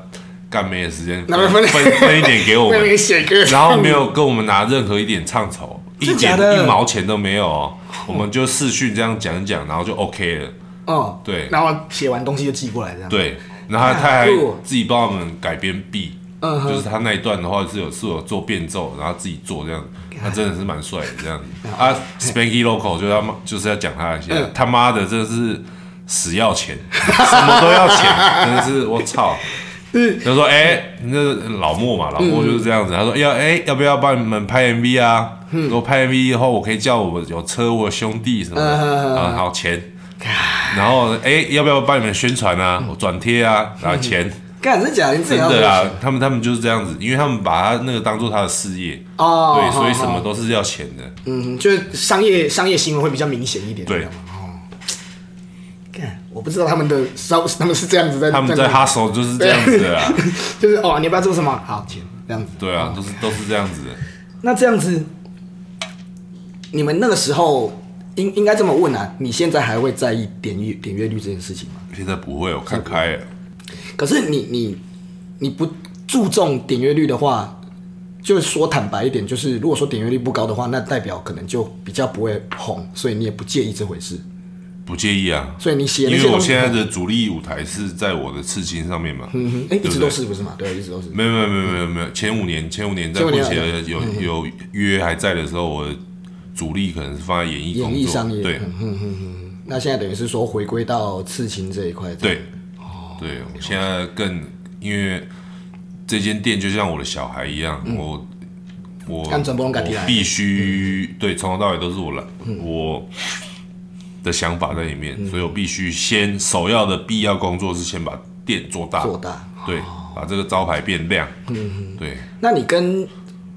Speaker 2: 干妹的时间
Speaker 1: 那边
Speaker 2: 分
Speaker 1: 分
Speaker 2: 分一点给我
Speaker 1: 那
Speaker 2: 们
Speaker 1: 边，写歌，
Speaker 2: 然后没有跟我们拿任何一点唱酬，一
Speaker 1: 真假
Speaker 2: 点
Speaker 1: 的
Speaker 2: 一毛钱都没有哦，我们就视讯这样讲一讲，然后就 OK 了。
Speaker 1: 哦，
Speaker 2: 对
Speaker 1: 然后写完东西就寄过来这样。，
Speaker 2: 对，然后他
Speaker 1: 啊
Speaker 2: 他还
Speaker 1: 酷
Speaker 2: 自己帮我们改编 B，
Speaker 1: 嗯哼
Speaker 2: 就是他那一段的话是有是有做变奏，然后自己做这样，他真的是蛮帅的 这样子。啊，Spanky Local 就是他妈就是要讲他一些
Speaker 1: 嗯
Speaker 2: 他妈的真的是死要钱， 什么都要钱，真的是我操。
Speaker 1: 嗯
Speaker 2: 他说：“哎、那老莫嘛，老莫就是这样子。他说要哎、要不要帮你们拍 MV 啊？
Speaker 1: 嗯
Speaker 2: 如果拍 MV 以后，我可以叫我有车，我有兄弟什么的
Speaker 1: 嗯
Speaker 2: 啊，好钱。然后哎、要不要帮你们宣传啊？
Speaker 1: 嗯
Speaker 2: 我转贴啊，然后钱，
Speaker 1: 干真假的，你自己
Speaker 2: 真
Speaker 1: 要
Speaker 2: 的啊啦。他们他们就是这样子，因为他们把他那个当做他的事业，
Speaker 1: 哦，
Speaker 2: 对，所以
Speaker 1: 好
Speaker 2: 什么都是要钱的。
Speaker 1: 嗯，就是商业商业行为会比较明显一点。
Speaker 2: 对
Speaker 1: 这样嘛哦，干，我不知道他们的稍 他们是这样子在，
Speaker 2: 他们在哈手就是这样子的啦，
Speaker 1: 就是哦，你要不要做什么？好，钱这样子。
Speaker 2: 对啊，都是都是这样子的。
Speaker 1: 那这样子，你们那个时候应应该这么问啊？你现在还会在意点阅点阅率这件事情吗？
Speaker 2: 现在不会，我看开啊了。
Speaker 1: 可是你你你不注重点阅率的话，就说坦白一点，就是如果说点阅率不高的话，那代表可能就比较不会红，所以你也不介意这回事。
Speaker 2: 不介意啊，
Speaker 1: 所以你写
Speaker 2: 因
Speaker 1: 那些
Speaker 2: 为我
Speaker 1: 东西
Speaker 2: 现在的主力舞台是在我的刺青上面嘛，
Speaker 1: 嗯哼，哎、一直都是不是嘛？对，一直都是。
Speaker 2: 没有没有没有没有没有，前五年前五年在
Speaker 1: 前五
Speaker 2: 混
Speaker 1: 年嗯
Speaker 2: 血儿有有约还在的时候，我的主力可能是放在演艺
Speaker 1: 演
Speaker 2: 工
Speaker 1: 艺
Speaker 2: 作
Speaker 1: 商，业，
Speaker 2: 对
Speaker 1: 嗯哼哼哼。那现在等于是说回归到刺青这一块，这样
Speaker 2: 对，
Speaker 1: 哦
Speaker 2: 对，我现在更因为这间店就像我的小孩一样，我我
Speaker 1: 嗯干全部拢家己来
Speaker 2: 我必须对从头到尾都是我来我的想法在里
Speaker 1: 嗯
Speaker 2: 面，所以我必须先首要的必要工作是先把店做大，
Speaker 1: 做大。哦嗯
Speaker 2: 对，把这个招牌变亮，对。
Speaker 1: 那你跟，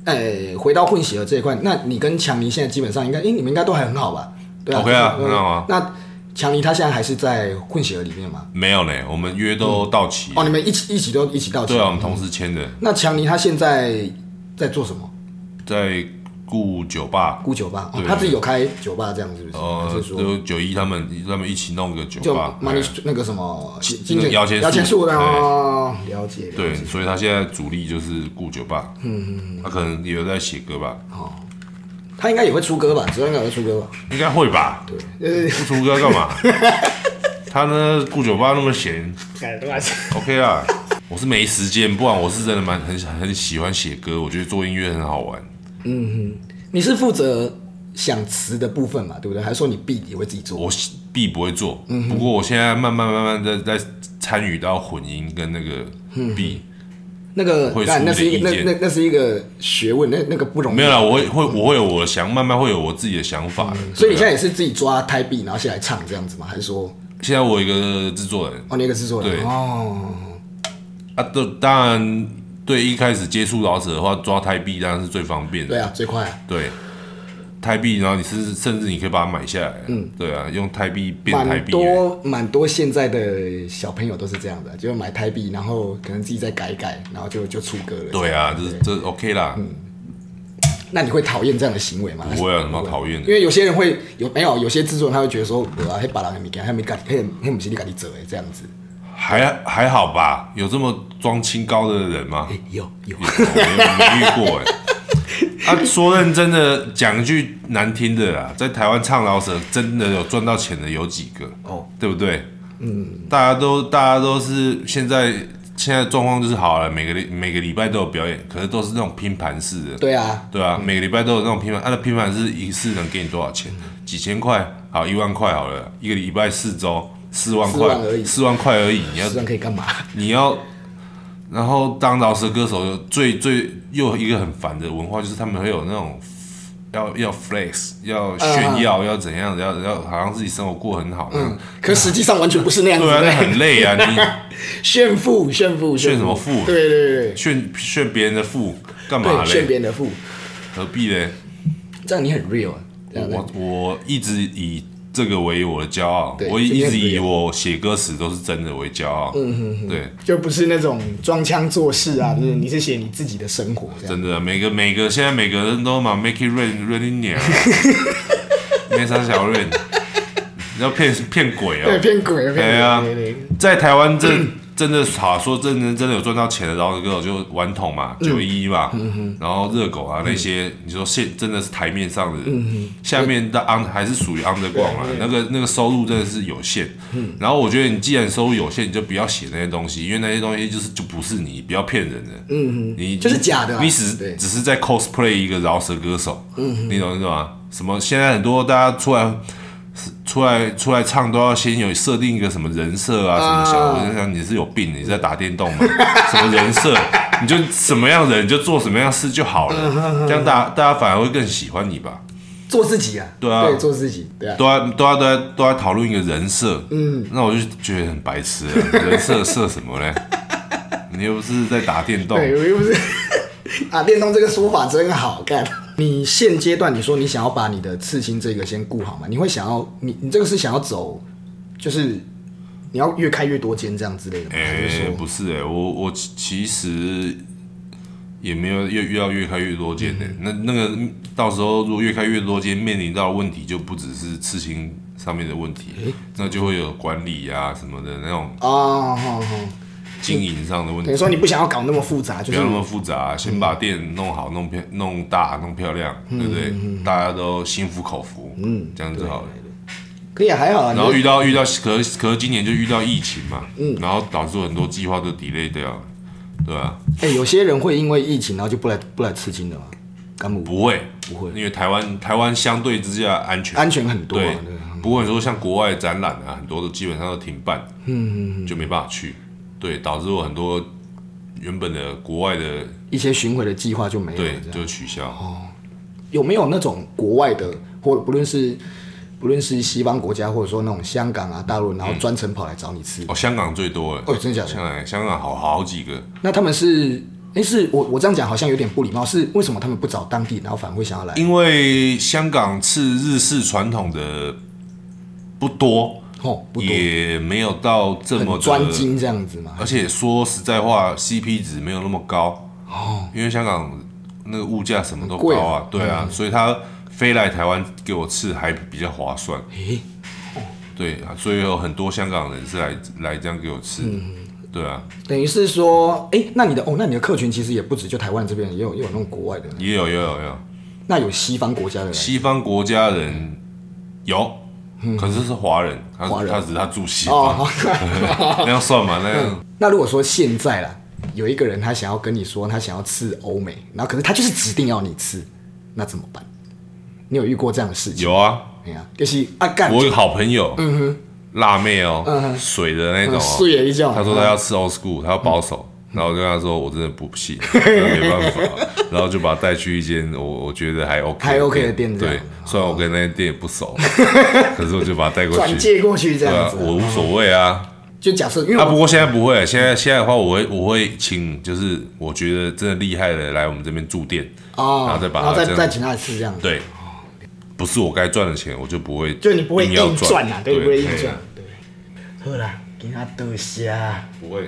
Speaker 1: 呃，回到混血儿这一块，那你跟强尼现在基本上应该，哎、你们应该都还很好吧？对啊
Speaker 2: OK 啊
Speaker 1: 就是
Speaker 2: 很好啊
Speaker 1: 那强尼他现在还是在混血儿里面嘛？
Speaker 2: 没有嘞，我们约都到齐。
Speaker 1: 哦，你们一起一起都一起到齐。
Speaker 2: 对啊，我们同时签的，
Speaker 1: 那强尼他现在在做什么？
Speaker 2: 在顾酒吧，
Speaker 1: 孤酒吧、哦
Speaker 2: 对，
Speaker 1: 他自己有开酒吧这样是不是？还
Speaker 2: 呃
Speaker 1: 是，说
Speaker 2: 就九一他们他们一起弄个酒
Speaker 1: 就
Speaker 2: 吧。
Speaker 1: money
Speaker 2: 哎
Speaker 1: 那个什么金
Speaker 2: 那个
Speaker 1: 金
Speaker 2: 摇钱树
Speaker 1: 摇钱树的
Speaker 2: 对
Speaker 1: 哦，了解了解。
Speaker 2: 对，所以他现在主力就是顾酒吧。嗯嗯，他可能也有在写歌吧，
Speaker 1: 他应该也会出歌吧？只要应该也会出歌吧？
Speaker 2: 应该会吧？
Speaker 1: 呃，
Speaker 2: 不出歌干嘛？ 他呢，顾酒吧那么闲
Speaker 1: 改对吧？
Speaker 2: ，OK 啦。我是没时间，不然我是真的蛮很很喜欢写歌，我觉得做音乐很好玩。
Speaker 1: 你是负责想词的部分嘛，对不对？还是说你必也会自己做？
Speaker 2: 我必不会做，
Speaker 1: 嗯
Speaker 2: 不过我现在慢慢慢慢在在参与到混音跟那个
Speaker 1: 嗯
Speaker 2: B，、
Speaker 1: 那个
Speaker 2: 会，
Speaker 1: 那
Speaker 2: 出
Speaker 1: 那是一
Speaker 2: 你的
Speaker 1: 那
Speaker 2: 意见
Speaker 1: 那那是一个学问，那那个不容易。
Speaker 2: 没有啦，我会会我会有我的想，慢慢会有我自己的想法的。
Speaker 1: 嗯所以你现在
Speaker 2: 对啊啊
Speaker 1: 也是自己抓胎币，然后下来唱这样子吗？还是说
Speaker 2: 现在我有一个制作人
Speaker 1: 哦，那个制作人
Speaker 2: 对
Speaker 1: 哦，
Speaker 2: 啊，都当然对一开始接触老者的话，抓台币当然是最方便的。
Speaker 1: 对啊，最快啊
Speaker 2: 对，台币，然后你是甚至你可以把它买下来，嗯，对啊，用台币变台
Speaker 1: 蛮
Speaker 2: 币、欸，
Speaker 1: 多蛮多现在的小朋友都是这样的，啊就买胎币，然后可能自己再改一改，然后就就出歌了。
Speaker 2: 对啊，这这 OK 啦，
Speaker 1: 嗯那你会讨厌这样的行为吗？
Speaker 2: 不会有啊什么讨厌
Speaker 1: 因
Speaker 2: 的。
Speaker 1: 为有些人会有没有有些制作人他会觉得说，我还把人物给他没干，黑黑姆西利干你折哎这样子，
Speaker 2: 还还好吧，有这么装清高的人吗？
Speaker 1: 有有
Speaker 2: 有没遇 过哎、啊，说认真的，讲一句难听的啦，在台湾唱老舍真的有赚到钱的有几个？
Speaker 1: 哦，
Speaker 2: 对不对？嗯，大家都大家都是现在现在状况就是好了，每个礼每个礼拜都有表演，可是都是那种拼盘式的，
Speaker 1: 对啊，
Speaker 2: 对啊，每个礼拜都有那种拼盘，它、的拼盘是一次能给你多少钱？
Speaker 1: 嗯
Speaker 2: 几千块，好一万块好了，一个礼拜四周四万
Speaker 1: 四
Speaker 2: 块
Speaker 1: 万而，已
Speaker 2: 四万块而已，你要
Speaker 1: 实际上可以干嘛？
Speaker 2: 你要然后当饶舌歌手最最又一个很烦的文化，就是他们会有那种要要 flex，要炫
Speaker 1: 嗯
Speaker 2: 耀，要怎样，要要好像自己生活过很好。嗯，
Speaker 1: 可实际上完全不是那样子
Speaker 2: 对啊，那
Speaker 1: 的，
Speaker 2: 很累啊， 你
Speaker 1: 炫富，炫富，
Speaker 2: 炫什么
Speaker 1: 富？
Speaker 2: 富？
Speaker 1: 对对对
Speaker 2: 炫炫别人的富干嘛
Speaker 1: 对，炫
Speaker 2: 嘞？
Speaker 1: 别人的富，
Speaker 2: 何必嘞？
Speaker 1: 这样你很 real 啊。这样
Speaker 2: 我我一直以这个为我的骄傲
Speaker 1: 对，
Speaker 2: 我
Speaker 1: 这
Speaker 2: 一
Speaker 1: 件
Speaker 2: 直
Speaker 1: 事
Speaker 2: 以
Speaker 1: 也
Speaker 2: 我写歌词都是真的为骄傲。嗯嗯，对，
Speaker 1: 就不是那种装腔作势啊，就是你是写你自己的生活这样。
Speaker 2: 真的，每个每个现在每个人都嘛 make it rain rain in 没啥小 rain，要骗骗鬼
Speaker 1: 对，
Speaker 2: 哦。
Speaker 1: 骗鬼，
Speaker 2: 对
Speaker 1: 骗
Speaker 2: 啊
Speaker 1: 鬼，对对，
Speaker 2: 在台湾真 真的好说，真的真的有赚到钱的，然后歌手就顽童嘛，九一嘛，然后热狗啊那些，你说现真的是台面上的，下面的 on 还是属于 on 的逛啊，那个那个收入真的是有限。然后我觉得你既然收入有限，你就不要写那些东西，因为那些东西就是就不是你，不要骗人的。嗯你
Speaker 1: 就是假的啊
Speaker 2: 你只
Speaker 1: 对
Speaker 2: 是只是在 cosplay 一个饶舌歌手，你懂你懂吗？什么现在很多大家出来。出来出来唱都要先有设定一个什么人设啊，什么小，我就想你是有病，你是在打电动吗？ 什么人设，你就什么样的人你就做什么样的事就好 了，这样大大家反而会更喜欢你吧？
Speaker 1: 做自己啊，
Speaker 2: 对啊
Speaker 1: 对，做自己，对啊，
Speaker 2: 都要都要都要都要讨论一个人设，嗯，那我就觉得很白痴啊，人设设什么嘞？ 你又不是在打电动，
Speaker 1: 对，我又不是 啊，电动这个说法真好干。你现阶段你说你想要把你的刺青这个先顾好嘛？你会想要你你这个是想要走，就是你要越开越多间这样之类的吗？还
Speaker 2: 哎、
Speaker 1: 是说
Speaker 2: 不是哎、我我其其实也没有越越要越开越多间呢、那那个到时候如果越开越多间，面临到的问题就不只是刺青上面的问题，那就会有管理啊什么的那种
Speaker 1: 哦，好好
Speaker 2: 经营上的问
Speaker 1: 等于
Speaker 2: 题，
Speaker 1: 说你不想要搞那么复杂，就
Speaker 2: 不
Speaker 1: 是
Speaker 2: 要那么复杂、啊先把店弄好、弄漂、弄大、弄漂亮，对不对？
Speaker 1: 嗯
Speaker 2: 大家都心服口服，嗯，这样就好了。
Speaker 1: 可以啊还好啊。你
Speaker 2: 然后遇到遇到，可是可是今年就遇到疫情嘛，嗯，然后导致很多计划都 delay 掉了，对啊吧、
Speaker 1: 哎、有些人会因为疫情然后就不来不来刺青的嘛，干母
Speaker 2: 不会，
Speaker 1: 不会
Speaker 2: 因为台湾台湾相对之下安全，
Speaker 1: 安全很多、啊，
Speaker 2: 对
Speaker 1: 对。
Speaker 2: 不过你说像国外展览啊，很多都基本上都停办，嗯嗯就没办法去，对，导致我很多原本的国外的
Speaker 1: 一些巡回的计划就没有哦了
Speaker 2: 对。就取消。
Speaker 1: 有没有那种国外的，或不论是不论是西方国家，或者说那种香港啊、大陆，然后专程跑来找你吃？
Speaker 2: 哦，香港最多了，
Speaker 1: 哦，真的假的？
Speaker 2: 香港香港好好几个，
Speaker 1: 那他们是，哎、是我我这样讲好像有点不礼貌，是为什么他们不找当地，然后反而会想要来？
Speaker 2: 因为香港是日式传统的不多，
Speaker 1: 哦，不多，
Speaker 2: 也没有到这么
Speaker 1: 很
Speaker 2: 的呃
Speaker 1: 专精这样子嘛。
Speaker 2: 而且说实在话，CP 值没有那么高哦，因为香港那个物价什么都
Speaker 1: 贵啊
Speaker 2: 高啊，对啊，所以他飞来台湾给我吃还比较划算，
Speaker 1: 诶、
Speaker 2: 对啊，所以有很多香港人是来来这样给我吃，
Speaker 1: 嗯
Speaker 2: 对啊，
Speaker 1: 等于是说，哎、那你的哦，那你的客群其实也不止就台湾这边，也有也有那种国外的，
Speaker 2: 也有也有也有
Speaker 1: 那有西方国家的人。
Speaker 2: 西方国家人有，可是是华人，他
Speaker 1: 嗯华人
Speaker 2: 他只是他住西
Speaker 1: 哦，
Speaker 2: 方，
Speaker 1: 好
Speaker 2: 那样算吗？那样
Speaker 1: 那如果说现在啦，有一个人他想要跟你说他想要吃欧美，然后可是他就是指定要你吃，那怎么办？你有遇过这样的事情？
Speaker 2: 有啊，
Speaker 1: 哎呀，就是啊干，
Speaker 2: 我有个好朋友，辣妹哦，水的那种
Speaker 1: 嗯
Speaker 2: 哦，
Speaker 1: 睡了一觉
Speaker 2: 他说他要吃 old school，他要保守，
Speaker 1: 嗯
Speaker 2: 然后我就跟他说我真的不 信，没办法，然后就把他带去一间我我觉得还 OK
Speaker 1: 还 OK 的店这样哦
Speaker 2: 对，虽然我跟那间店也不熟，可是我就把他带过
Speaker 1: 转
Speaker 2: 去，
Speaker 1: 借过去这
Speaker 2: 对
Speaker 1: 样
Speaker 2: 啊
Speaker 1: 子，，哦
Speaker 2: 我无所谓啊。
Speaker 1: 就假设因为
Speaker 2: 啊，
Speaker 1: 我
Speaker 2: 不过现在不会，现在现在的话，我会我会请，就是我觉得真的厉害的来我们这边驻店，
Speaker 1: 哦，
Speaker 2: 然后再把它
Speaker 1: 再
Speaker 2: 这样
Speaker 1: 再请他吃这样子，，
Speaker 2: 对，不是我该赚的钱，我就不会，
Speaker 1: 就你不会
Speaker 2: 硬要
Speaker 1: 硬赚啊，对，你不会硬
Speaker 2: 嘿
Speaker 1: 赚，对。好啦，给他多谢啊。
Speaker 2: 不会。